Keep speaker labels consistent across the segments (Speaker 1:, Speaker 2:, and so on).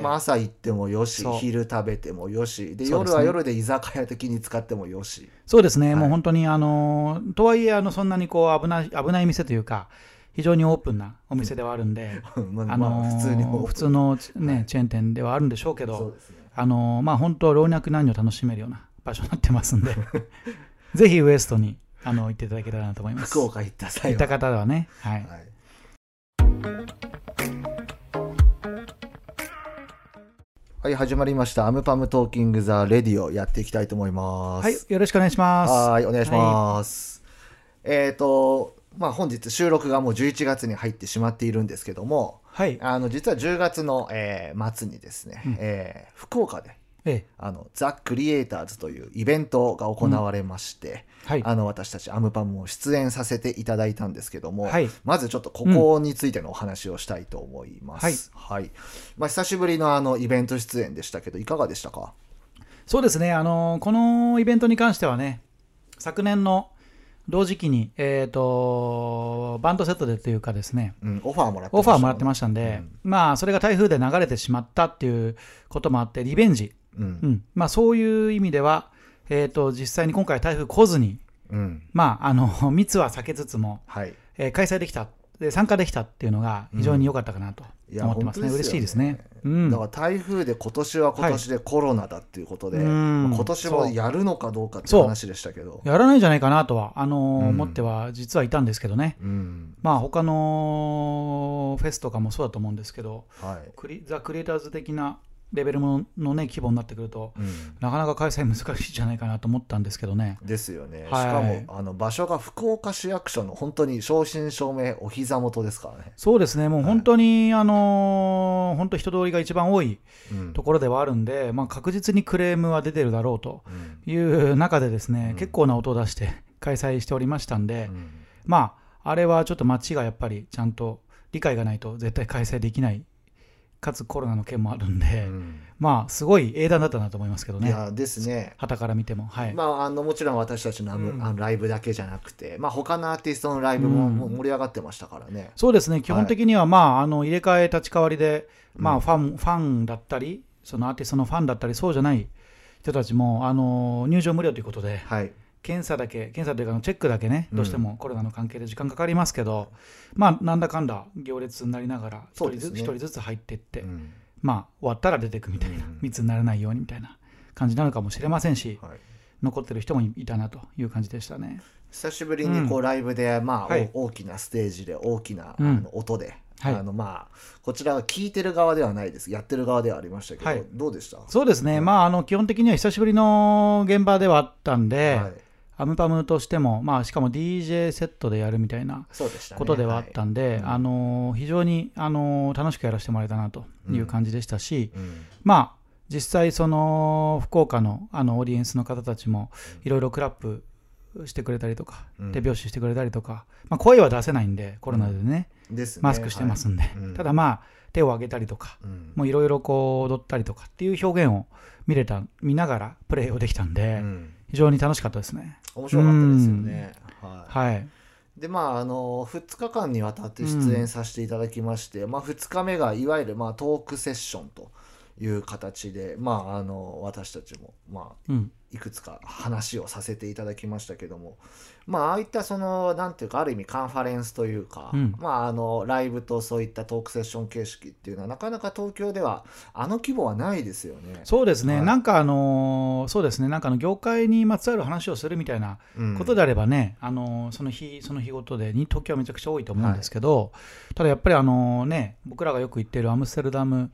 Speaker 1: まあ、朝行ってもよし
Speaker 2: そう
Speaker 1: 昼食べてもよしで
Speaker 2: そうで
Speaker 1: 夜
Speaker 2: すね
Speaker 1: は夜で居酒屋的に使ってもよし
Speaker 2: そうですね、
Speaker 1: はい
Speaker 2: もう本当に、あのーとはいえあの、そんなにこう危ない危ない店というか、非常にオープンなお店ではあるんで、
Speaker 1: まあ
Speaker 2: あの
Speaker 1: まあ
Speaker 2: ー
Speaker 1: 普通にも
Speaker 2: 普通の、ね
Speaker 1: はい
Speaker 2: チェーン店ではあるんでしょうけ
Speaker 1: そう
Speaker 2: ど、
Speaker 1: ですね
Speaker 2: あのーまあ、本当、老若男女楽しめるような場所になってま すんで、ぜひウエストにあの行っていただけたらなと思います。
Speaker 1: 福岡行った際
Speaker 2: 行っ
Speaker 1: は
Speaker 2: た方はね、はい、
Speaker 1: はいはい、始まりました。アムパムトーキングザレディオやっていきたいと思います。
Speaker 2: はい、よろしくお願いします。
Speaker 1: はい、お願いします。えっ、と、まあ本日収録がもう11月に入ってしまっているんですけども、
Speaker 2: はい、
Speaker 1: あの実は10月の、えー末にですね、
Speaker 2: うん
Speaker 1: えー福岡で
Speaker 2: ええ、
Speaker 1: あのザ・クリエイターズというイベントが行われまして、
Speaker 2: はい、
Speaker 1: あの私たちアムパムを出演させていただいたんですけども、
Speaker 2: はい、
Speaker 1: まずちょっとここについてのお話をしたいと思います。はい。まあ久しぶりのあのイベント出演でしたけどいかがでしたか？
Speaker 2: そうですね、あのーこのイベントに関してはね、昨年の同時期に、えー、とバンドセットでというかですね、
Speaker 1: うん、オファーもらって
Speaker 2: オファーもらって
Speaker 1: ま
Speaker 2: ましたんで、まあ、それが台風で流れてしまったっていうこともあって、リベンジ、
Speaker 1: す。うん
Speaker 2: う。んまあ、そういう意味では、えー、と実際に今回、台風来ずに、
Speaker 1: うん。
Speaker 2: まあ、あの 密は避けつつも、
Speaker 1: はい。
Speaker 2: えー開催できた、で参加できたっていうのが非常に良かったかなと
Speaker 1: うんいや
Speaker 2: 思ってますね、
Speaker 1: 本当で
Speaker 2: 嬉
Speaker 1: す
Speaker 2: し
Speaker 1: よね
Speaker 2: いですね。うん
Speaker 1: だから台風で今年は今年でコロナだっていうことで、
Speaker 2: うん
Speaker 1: まあ今年もやるのかどうかっていう話でしたけど、
Speaker 2: やらないんじゃないかなとは、あのー
Speaker 1: うん
Speaker 2: 思っては実はいたんですけどね、
Speaker 1: うん、
Speaker 2: まあ他のフェスとかもそうだと思うんですけど、
Speaker 1: はい、
Speaker 2: クリザ・クリエイターズ的なレベルもの、ね、規模になってくると、
Speaker 1: うん、
Speaker 2: なかなか開催難しいんじゃないかなと思ったんですけどね。
Speaker 1: ですよね。し
Speaker 2: はい
Speaker 1: かもあの場所が福岡市役所の本当に正真正銘お膝元ですからね。
Speaker 2: そうですね、もう
Speaker 1: はい
Speaker 2: 本当に、あのー本当人通りが一番多い
Speaker 1: うん
Speaker 2: ところではあるんで、まあ、確実にクレームは出てるだろうと
Speaker 1: うん
Speaker 2: いう中でですね、
Speaker 1: うん
Speaker 2: 結構な音を出して 開催しておりましたんで、
Speaker 1: うん
Speaker 2: まあ、あれはちょっと街がやっぱりちゃんと理解がないと絶対開催できない、かつコロナの件もあるんで、まあ、すごい英断だったなと思いますけど
Speaker 1: い
Speaker 2: ね、
Speaker 1: やですね。
Speaker 2: 旗から見ても。はい、
Speaker 1: まあ、あのもちろん私たちのあの
Speaker 2: うん
Speaker 1: あのライブだけじゃなくて、まあ、他のアーティストのライブも
Speaker 2: うん
Speaker 1: もう盛り上がってましたからね。
Speaker 2: そうですね、基本的には、まあ、あの入れ替え、立ち替わりで、ま
Speaker 1: う
Speaker 2: あ、
Speaker 1: ん
Speaker 2: ファン、ファンだったり、そのアーティストのファンだったり、そうじゃない人たちも、あの入場無料ということで、
Speaker 1: はい、
Speaker 2: 検査だけ、検査というかあの、チェックだけね、
Speaker 1: うん
Speaker 2: どうしてもコロナの関係で時間かかりますけど、まあ、なんだかんだ行列になりながら、一
Speaker 1: そう
Speaker 2: 人
Speaker 1: です
Speaker 2: ず
Speaker 1: ね
Speaker 2: つ一人ずつ入っていって、
Speaker 1: うん
Speaker 2: まあ、終わったら出てくみたいな、
Speaker 1: うん
Speaker 2: 密にならないようにみたいな感じなのかもしれませんし、
Speaker 1: はい
Speaker 2: 残ってる人もいたなという感じでしたね。
Speaker 1: 久しぶりにこ
Speaker 2: う
Speaker 1: うライブで、まあ
Speaker 2: はい
Speaker 1: お大きなステージで大きなあ
Speaker 2: うん
Speaker 1: の音で、
Speaker 2: はい
Speaker 1: あのまあ、こちらは聞いてる側ではないですやってる側ではありましたけど、
Speaker 2: はい
Speaker 1: どうでした
Speaker 2: そうですね、まあ、あの基本的には久しぶりの現場ではあったんで、
Speaker 1: はい、
Speaker 2: アムパムとしても、まあ、しかも DJ セットでやるみたいな
Speaker 1: そうでしたね
Speaker 2: ことではあった
Speaker 1: はい
Speaker 2: んで、
Speaker 1: いうん
Speaker 2: あの非常に、あの楽しくやらせてもらえたなという感じでしたし、
Speaker 1: うん
Speaker 2: まあ、実際、その福岡のあのオーディエンスの方たちもいろいろクラップしてくれたりとか、
Speaker 1: うん
Speaker 2: 手拍子してくれたりとか、まあ、声は出せないんで、コロナでね、
Speaker 1: ですね
Speaker 2: マスクしてま、すんで、
Speaker 1: うん
Speaker 2: ただまあ、手を上げたりとか、
Speaker 1: はいうん
Speaker 2: もういろいろこう踊ったりとかっていう表現を見れた、見ながらプレイをできたんで、
Speaker 1: うん
Speaker 2: 非常に楽しかったですね。
Speaker 1: 面白かったですよね、はい
Speaker 2: はい。
Speaker 1: でまあ、あの2日間にわたって出演させていただきまして、まあ、2日目がいわゆる、まあ、トークセッションという形で、まあ、あの私たちも、まあ、
Speaker 2: うん。
Speaker 1: いくつか話をさせていただきましたけども、まあ、ああいったそのなんていうかある意味カンファレンスというか、
Speaker 2: うん
Speaker 1: まあ、あのライブとそういったトークセッション形式っていうのはなかなか東京ではあの規模はないですよね。
Speaker 2: そうですね、
Speaker 1: はい
Speaker 2: なんかあのーそうですね、なんかあの業界にまつわる話をするみたいな
Speaker 1: うん
Speaker 2: ことであればね、あのその日その日ごとでに東京はめちゃくちゃ多いと思うんですけど、ただやっぱりあのね僕らがよく行ってるアムステルダム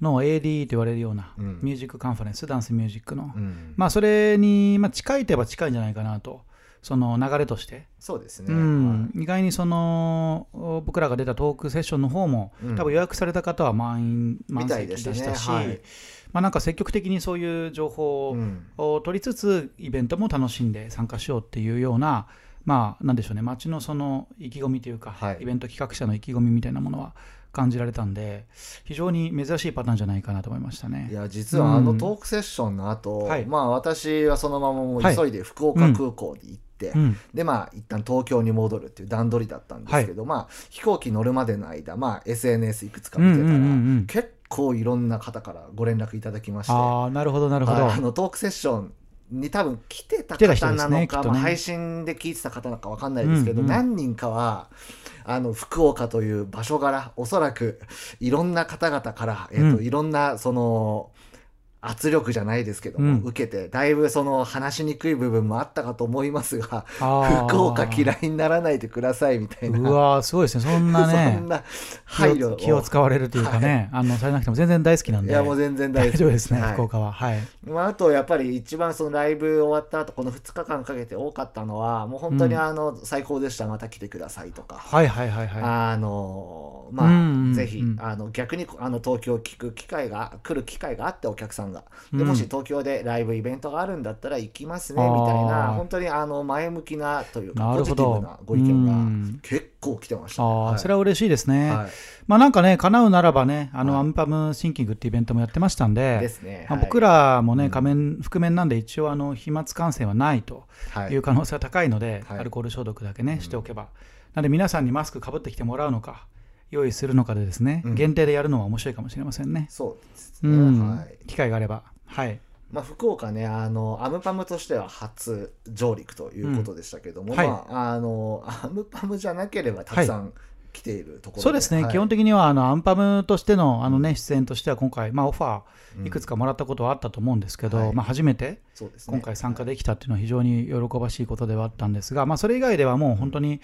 Speaker 2: の AD と言われるような
Speaker 1: うん
Speaker 2: ミュージックカンファレンス、ダンスミュージックの、
Speaker 1: うん
Speaker 2: まあそれに、まあ、近いといえば近いんじゃないかなとその流れとして、
Speaker 1: そうですね、
Speaker 2: うん、意外にそのお僕らが出たトークセッションの方も、
Speaker 1: うん
Speaker 2: 多分予約された方は満員
Speaker 1: はい、み
Speaker 2: 満
Speaker 1: たい
Speaker 2: 席
Speaker 1: で
Speaker 2: で
Speaker 1: し
Speaker 2: したた
Speaker 1: ね
Speaker 2: し。
Speaker 1: はい
Speaker 2: まあ、なんか積極的にそういう情報を
Speaker 1: うん
Speaker 2: を取りつつイベントも楽しんで参加しようっていうようなまあなんでしょうね街のその意気込みというか、
Speaker 1: はい
Speaker 2: イベント企画者の意気込みみたいなものは感じられたんで非常に珍しいパターンじゃないかなと思いました
Speaker 1: い
Speaker 2: ね。
Speaker 1: や実はあの
Speaker 2: うん
Speaker 1: トークセッションの後、
Speaker 2: はい
Speaker 1: まあ私はそのままもう
Speaker 2: はい
Speaker 1: 急いで福岡空港に行って、
Speaker 2: うん、
Speaker 1: でまあ一旦東京に戻るっていう段取りだったんですけど、まあ飛行機乗るまでの間まあ SNS いくつか見てたら、
Speaker 2: うんうんうんうん
Speaker 1: 結構いろんな方からご連絡いただきまして
Speaker 2: ああなるほどなるほど、
Speaker 1: はいあのトークセッションに多分来てた
Speaker 2: 来てた人
Speaker 1: 方
Speaker 2: です
Speaker 1: な
Speaker 2: ね
Speaker 1: の
Speaker 2: きっ
Speaker 1: か、
Speaker 2: とね
Speaker 1: まあ配信で聞いてた方なのかわかんないですけど、
Speaker 2: うんうん
Speaker 1: 何人かはあの福岡という場所柄おそらくいろんな方々から、えっと
Speaker 2: うん
Speaker 1: いろんなその圧力じゃないですけども、
Speaker 2: うん
Speaker 1: 受けてだいぶその話しにくい部分もあったかと思いますが
Speaker 2: あー
Speaker 1: 福岡嫌いにならないでくださいみたいうな。
Speaker 2: わーすごいですねそん な
Speaker 1: そ
Speaker 2: ね
Speaker 1: んな配
Speaker 2: 気
Speaker 1: 慮
Speaker 2: を
Speaker 1: を
Speaker 2: 気を使われるというかね、あのされなくても全然大好きなん
Speaker 1: い
Speaker 2: で
Speaker 1: やもう全然大
Speaker 2: 大
Speaker 1: 丈夫
Speaker 2: 丈夫ですね、
Speaker 1: はい
Speaker 2: 福岡ははい
Speaker 1: まあ、あとやっぱり一番そのライブ終わった後この2日間かけて多かったのはもう本当に
Speaker 2: うん
Speaker 1: あの最高でした、また来てくださいとか、
Speaker 2: はいはいはいはい
Speaker 1: あのまあ、
Speaker 2: うんうんうん
Speaker 1: ぜひあの逆にあの東京聞く機会が来る機会があってお客さんが
Speaker 2: う
Speaker 1: で
Speaker 2: ん
Speaker 1: もし東京でライブイベントがあるんだったら行きますね
Speaker 2: あ
Speaker 1: み
Speaker 2: ー
Speaker 1: たいな本当にあの前向きなというか
Speaker 2: な
Speaker 1: ポ
Speaker 2: る
Speaker 1: ジ
Speaker 2: ほ
Speaker 1: ティ
Speaker 2: ど
Speaker 1: ブなご意見
Speaker 2: う
Speaker 1: が
Speaker 2: ん
Speaker 1: 結構来てまし
Speaker 2: あ
Speaker 1: た、
Speaker 2: ー、
Speaker 1: はい
Speaker 2: それは嬉しいですね、
Speaker 1: は
Speaker 2: まあなんかね叶うならばねあの、
Speaker 1: はい
Speaker 2: アンパムシンキングってイベントもやってましたん
Speaker 1: い、で
Speaker 2: です
Speaker 1: ね、
Speaker 2: まあ、
Speaker 1: はい
Speaker 2: 僕、らもね、
Speaker 1: うん
Speaker 2: 仮面覆面なんで一応あの飛沫感染はないと
Speaker 1: はいいう
Speaker 2: 可能性が高いので、
Speaker 1: はい
Speaker 2: アルコール消毒だけね、
Speaker 1: うん
Speaker 2: しておけばなんで皆さんにマスクかぶってきてもらうのか用意するのかでですね、
Speaker 1: うん
Speaker 2: 限定でやるのは面白いかもしれませんね、
Speaker 1: そうです
Speaker 2: う
Speaker 1: ね、
Speaker 2: ん
Speaker 1: はい
Speaker 2: 機会があればはい
Speaker 1: まあ、福岡ねあのアムパムとしては初上陸ということでしたけども、
Speaker 2: うんはい
Speaker 1: まあ、あのアムパムじゃなければたくさん来ているところ
Speaker 2: そうですね、基本
Speaker 1: 的
Speaker 2: 的にはあのアンパムとしてのあの、ね、出演としては今回、まあ、オファーいくつ
Speaker 1: か、
Speaker 2: かもらったことはあったと思うんですけど、
Speaker 1: はい
Speaker 2: まあ、初めて
Speaker 1: そうですね
Speaker 2: 今回参加
Speaker 1: はい
Speaker 2: できたっていうのは非常に喜ばしいことではあったんですが、まあ、それ以外ではもう本当に、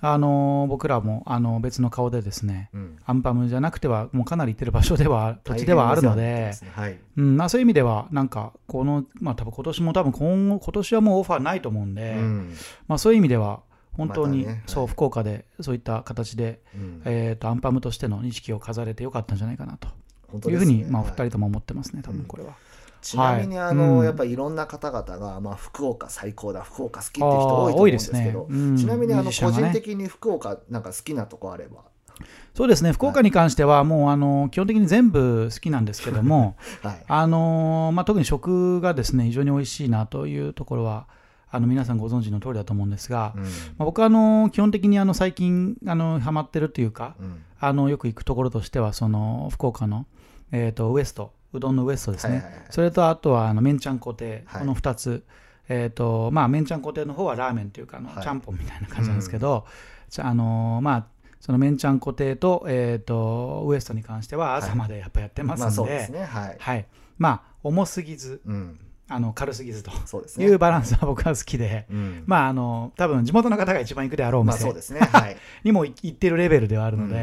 Speaker 2: あの僕らもあの別の顔でですね
Speaker 1: うん
Speaker 2: アンパムじゃなくてはもうかなり行ってる場所では土地ではあるの
Speaker 1: 大変お世話になって
Speaker 2: で
Speaker 1: ますねはい
Speaker 2: うんまあ、そういう意味ではなんかこの、まあ、多分今年も多分今後今年はもうオファーないと思うんで、
Speaker 1: うん
Speaker 2: まあ、そういう意味では本当に、
Speaker 1: またねはい
Speaker 2: そう福岡でそういった形で、
Speaker 1: うん
Speaker 2: えー、とアンパムとしての認識を飾れてよかったんじゃないかなと
Speaker 1: 本当
Speaker 2: い
Speaker 1: で
Speaker 2: う
Speaker 1: す
Speaker 2: ふう
Speaker 1: ね
Speaker 2: に、まあ、お
Speaker 1: はい
Speaker 2: 二人とも思ってますね多分これは、
Speaker 1: ちなみに
Speaker 2: はい
Speaker 1: あの、
Speaker 2: うん
Speaker 1: やっぱりいろんな方々が、まあ、福岡最高だ福岡好きって人
Speaker 2: あ
Speaker 1: 多い
Speaker 2: ー
Speaker 1: と思うんですけど、
Speaker 2: 多いですねうん
Speaker 1: ちなみにあ
Speaker 2: ミュ
Speaker 1: の
Speaker 2: ージシャ
Speaker 1: 個
Speaker 2: ンがね
Speaker 1: 人的に福岡なんか好きなとこあれば、
Speaker 2: そうですね福岡に関してはもうあの基本的に全部好きなんですけ ども
Speaker 1: はい、
Speaker 2: あの、まあ、特に食がですね非常に美味しいなというところはあの皆さんご存知の通りだと思うんですが、
Speaker 1: うん
Speaker 2: まあ、僕はあの基本的にあの最近あのハマってるというか、
Speaker 1: うん
Speaker 2: あのよく行くところとしてはその福岡の、えー、とウエストうどんのウエストですね、
Speaker 1: はいはいはい
Speaker 2: それとあとはあのめんちゃんこ亭、
Speaker 1: はい
Speaker 2: この2つえーとまあめんちゃんこ亭の方はラーメンというかあの、
Speaker 1: はい
Speaker 2: ちゃんぽんみたいな感じなんですけど、じゃああのーまあそのめんちゃんこ亭と,、えー、とウエストに関しては朝までやっぱやってます
Speaker 1: まあそ
Speaker 2: ん
Speaker 1: う
Speaker 2: で,、
Speaker 1: ですねはい、
Speaker 2: はいまあ重すぎず
Speaker 1: うん、
Speaker 2: あの軽すぎずと
Speaker 1: そうです
Speaker 2: い
Speaker 1: ね
Speaker 2: うバランスは僕は好きで、
Speaker 1: うん
Speaker 2: まああの多分地元の方が一番行くであろうお
Speaker 1: まあ
Speaker 2: 店、
Speaker 1: そうですね。はい。
Speaker 2: にも行ってるレベルではあるので、
Speaker 1: うん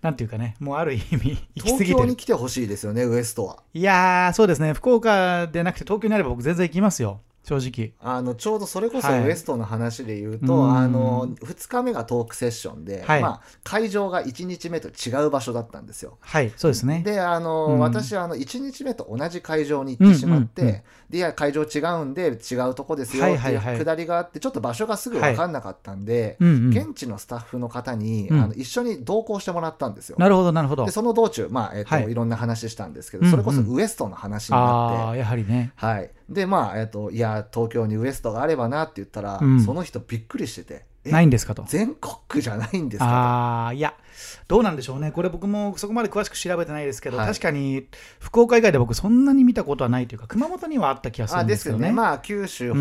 Speaker 2: なんていうかね、もうある意味、 行き過
Speaker 1: 東
Speaker 2: ぎて
Speaker 1: 京に
Speaker 2: る。
Speaker 1: 来てほしいですよね、ウエストは。
Speaker 2: いやー、そうですね、福岡でなくて東京にあれば僕全然行きますよ、正直。
Speaker 1: あのちょうどそれこそウ
Speaker 2: はい
Speaker 1: エストの話で言うと、
Speaker 2: うん
Speaker 1: あの2日目がトークセッションで、
Speaker 2: はい
Speaker 1: まあ、会場が1日目と違う場所だったんですよ。
Speaker 2: はい、そうですね。
Speaker 1: であの、
Speaker 2: うん
Speaker 1: 私あの1日目と同じ会場に行ってしまって、
Speaker 2: うんうんうん
Speaker 1: でいや会場違うんで違うとこですよって
Speaker 2: はいいはいうはい
Speaker 1: くだりがあってちょっと場所がすぐ分かんなかったんで、
Speaker 2: うんうん、
Speaker 1: 現地のスタッフの方に、
Speaker 2: うん
Speaker 1: あの一緒に同行してもらったんですよ。
Speaker 2: なるほど、なるほど
Speaker 1: で。その道中、まあえっと、
Speaker 2: はいい
Speaker 1: ろんな話したんですけど、
Speaker 2: うんうん
Speaker 1: それこそウエストの話になって。
Speaker 2: ああ、やはりね。
Speaker 1: はい、でまあ、えっと、いや東京にウエストがあればなって言ったら、
Speaker 2: うん
Speaker 1: その人びっくりしてて「え
Speaker 2: ないんですかと。
Speaker 1: 全国区じゃないんですか?
Speaker 2: ああ、いや、どうなんでしょうね。これ僕もそこまで詳しく調べてないですけど、
Speaker 1: はい
Speaker 2: 確かに福岡以外で僕そんなに見たことはないというか、熊本にはあった気が」する
Speaker 1: あ
Speaker 2: んで
Speaker 1: ですす
Speaker 2: けど
Speaker 1: よ
Speaker 2: ね。
Speaker 1: ねまあ九州北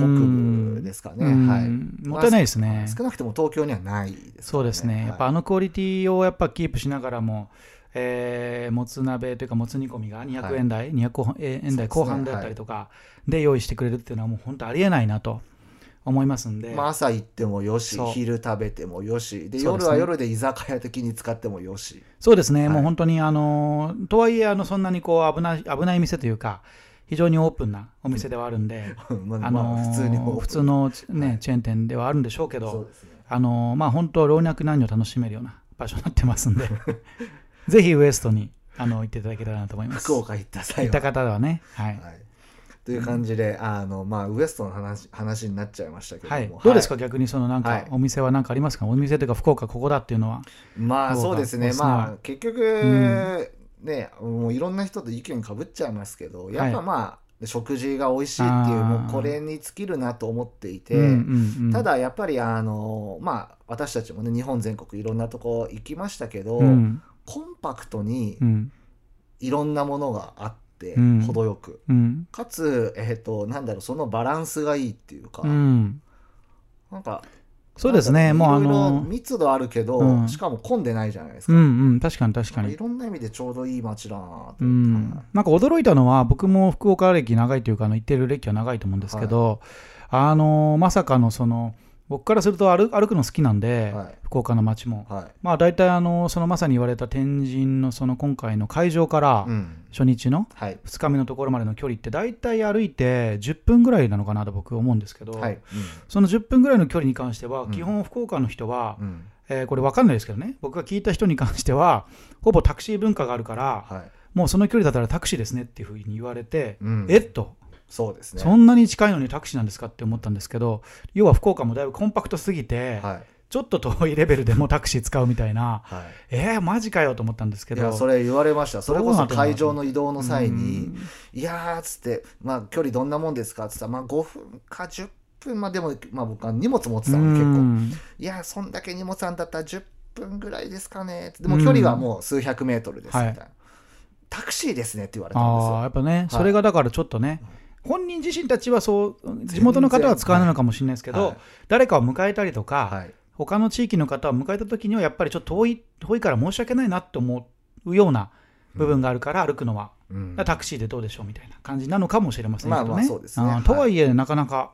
Speaker 1: 部ですかね、
Speaker 2: うん
Speaker 1: はい、
Speaker 2: もったいないですね
Speaker 1: まあ少なくとも東京にはないですから、
Speaker 2: そうですね、やっぱあのクオリティをやっぱキープしながらも、えーもつ鍋というか、もつ煮込みが200円台、200円台後半だったりとか、で用意してくれるっていうのは、もう本当ありえないなと思いますんで、
Speaker 1: まあ、朝行ってもよし
Speaker 2: そう
Speaker 1: 昼食べてもよしで
Speaker 2: そう
Speaker 1: 夜
Speaker 2: ですね
Speaker 1: は夜で居酒屋的に使ってもよし
Speaker 2: そうですね、
Speaker 1: はい
Speaker 2: もう本当に、あのとはいえあの、そんなにこう危ない危ない店というか、非常にオープンなお店ではあるんで、
Speaker 1: まあ
Speaker 2: あの
Speaker 1: まあ普通にもう
Speaker 2: 普通の、ね
Speaker 1: はい
Speaker 2: チェーン店ではあるんでしょうけ
Speaker 1: そ
Speaker 2: ど
Speaker 1: う、ですね
Speaker 2: あのまあ、本当、老若男女楽しめるような場所になってますんで、 ぜひウエストにあの行っていただけたらなと思います。
Speaker 1: 福岡行った際
Speaker 2: 行った
Speaker 1: は
Speaker 2: 方はね、はい。
Speaker 1: はい、という感じで、あのまあ、ウエストの話話になっちゃいましたけども、
Speaker 2: はい
Speaker 1: はい、
Speaker 2: どうですか、逆にそのな
Speaker 1: は
Speaker 2: んか
Speaker 1: い
Speaker 2: お店は何かありますか、お店というか福岡ここだっていうのは。
Speaker 1: まあ
Speaker 2: 方が
Speaker 1: そうですね
Speaker 2: おすすめは
Speaker 1: まあ結局、ねもういろんな人と意見かぶっちゃいますけどやっぱ
Speaker 2: はい
Speaker 1: まあ、食事が美味しいっていう
Speaker 2: あー
Speaker 1: もうこれに尽きるなと思っていて、
Speaker 2: うんうんうん
Speaker 1: た、だやっぱりあのまあ私たちもね日本全国いろんなとこ行きましたけど、
Speaker 2: うん
Speaker 1: コンパクトに
Speaker 2: うん
Speaker 1: いろんなものがあって、
Speaker 2: うん
Speaker 1: 程よく
Speaker 2: うん。
Speaker 1: かつ、えっとなんだろうそのバランスがいいっていうか、
Speaker 2: うん。
Speaker 1: なんか
Speaker 2: そうですね、
Speaker 1: なん
Speaker 2: もう
Speaker 1: か
Speaker 2: あ
Speaker 1: いろいろ
Speaker 2: の、
Speaker 1: 密度あるけど、
Speaker 2: うん
Speaker 1: しかも混んでないじゃないです
Speaker 2: う
Speaker 1: か,、
Speaker 2: んうん、確かに確か
Speaker 1: い
Speaker 2: に。
Speaker 1: ろんな意味でちょうどいい街だなと思って
Speaker 2: うん、なんか驚いたのは、僕も福岡歴長いというか、あの行ってる歴は長いと思うんですけど、あのまさかのその、僕からすると歩歩くの好きなんで、
Speaker 1: はい
Speaker 2: 福岡の街も。
Speaker 1: はい、
Speaker 2: まあ、大体あの、そのまさに言われた天神のその今回の会場から
Speaker 1: う、ん
Speaker 2: 初日の
Speaker 1: はい
Speaker 2: 2日目のところまでの距離って、大体歩いて10分ぐらいなのかなと僕、思うんですけど、
Speaker 1: はい
Speaker 2: その10分ぐらいの距離に関しては、
Speaker 1: うん
Speaker 2: 基本、福岡の人は、
Speaker 1: うんうん
Speaker 2: えーこれ分かんないですけどね、僕が聞いた人に関しては、ほぼタクシー文化があるから、
Speaker 1: はい
Speaker 2: もうその距離だったらタクシーですねっていうふうに言われて、
Speaker 1: うん
Speaker 2: えっと、
Speaker 1: そうですね
Speaker 2: そんなに近いのにタクシーなんですかって思ったんですけど、要は福岡もだいぶコンパクトすぎて、
Speaker 1: はい
Speaker 2: ちょっと遠いレベルでもタクシー使うみたいな、
Speaker 1: は
Speaker 2: えー、マジかよと思ったんです
Speaker 1: い、
Speaker 2: け
Speaker 1: い
Speaker 2: ど。
Speaker 1: やそれ言われましたそれこそ会場の移動の際
Speaker 2: う
Speaker 1: に
Speaker 2: ん
Speaker 1: 「いやー」っつって「まあ距離どんなもんですか?」っつったら「まあ5分か10分まあでも、まあ、僕は荷物持ってたの結
Speaker 2: う
Speaker 1: 構「
Speaker 2: ん
Speaker 1: いやーそんだけ荷物あんだったら10分ぐらいですかね」でも距離はもう数百メートルですみたいな、タクシーですね」って言われたんです
Speaker 2: ああ、や
Speaker 1: よ
Speaker 2: っぱね、それがだからちょっとね、本人自身たちはそう、地元の方は使わないのかもしれないですけど、
Speaker 1: はい
Speaker 2: 誰かを迎えたりとか、
Speaker 1: はい
Speaker 2: 他の地域の方を迎えた時にはやっぱりちょっと遠い遠いから申し訳ないなって思うような部分があるから歩くのは、
Speaker 1: うん
Speaker 2: だからタクシーでどうでしょうみたいな感じなのかもしれませんけどね。
Speaker 1: まあまあそうですね
Speaker 2: ん
Speaker 1: はい
Speaker 2: とはいえなかなか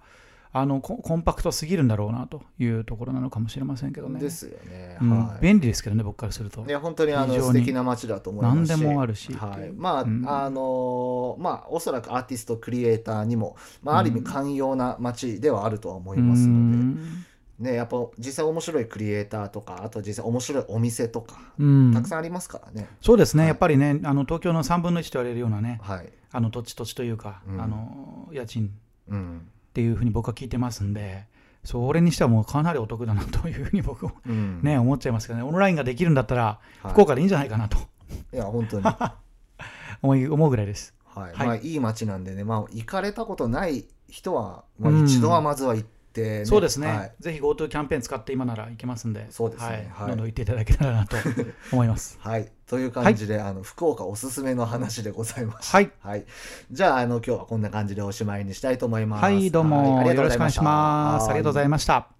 Speaker 2: あのココンパクトすぎるんだろうなというところなのかもしれませんけどね。
Speaker 1: ですよね、
Speaker 2: うん
Speaker 1: はい
Speaker 2: 便利ですけどね僕からすると
Speaker 1: い。や本当にあの
Speaker 2: 非常
Speaker 1: 素
Speaker 2: に
Speaker 1: 敵な街だと思いますし
Speaker 2: 何でもあるし
Speaker 1: は
Speaker 2: ってい
Speaker 1: いうまあ、
Speaker 2: うん
Speaker 1: あのーまあおそらくアーティストクリエイターにも、まあ、ある意味寛容な街ではあるとは思います
Speaker 2: う
Speaker 1: ので、
Speaker 2: ん
Speaker 1: ねやっぱ実際面白いクリエイターとかあと実際面白いお店とか、
Speaker 2: うん
Speaker 1: たくさんありますからね
Speaker 2: そうですね、
Speaker 1: はい
Speaker 2: やっぱりねあの東京の3分の1と言われるようなね
Speaker 1: はい、
Speaker 2: あの土地土地というか、
Speaker 1: うん
Speaker 2: あの家賃
Speaker 1: うん
Speaker 2: っていうふうに僕は聞いてますんでそれにしてはもうかなりお得だなというふうに僕も
Speaker 1: うん
Speaker 2: ね、思っちゃいますけどね、オンラインができるんだったら、
Speaker 1: はい
Speaker 2: 福岡でいいんじゃないかなと
Speaker 1: いや本 当に、はい
Speaker 2: 思い思うぐらいです。
Speaker 1: まあ、いい街なんでね、まあ、行かれたことない人は、まあ、一度はまずは行ってね、
Speaker 2: そうですね、
Speaker 1: はい
Speaker 2: ぜひ GoTo キャンペーン使って今ならいけますんで、
Speaker 1: そうですね
Speaker 2: は
Speaker 1: はい
Speaker 2: いどんどん行っていただけたらなと思 います。
Speaker 1: はい、という感じで、あの福岡おすすめの話でございました
Speaker 2: はい、
Speaker 1: はい。じゃあ、あの、今日はこんな感じでおしまいにしたいと思います。
Speaker 2: はい、どうも、
Speaker 1: はいありが
Speaker 2: よ
Speaker 1: とう
Speaker 2: ろ
Speaker 1: ござ
Speaker 2: しくお
Speaker 1: いま
Speaker 2: 願
Speaker 1: した
Speaker 2: いします。ありがとうございました。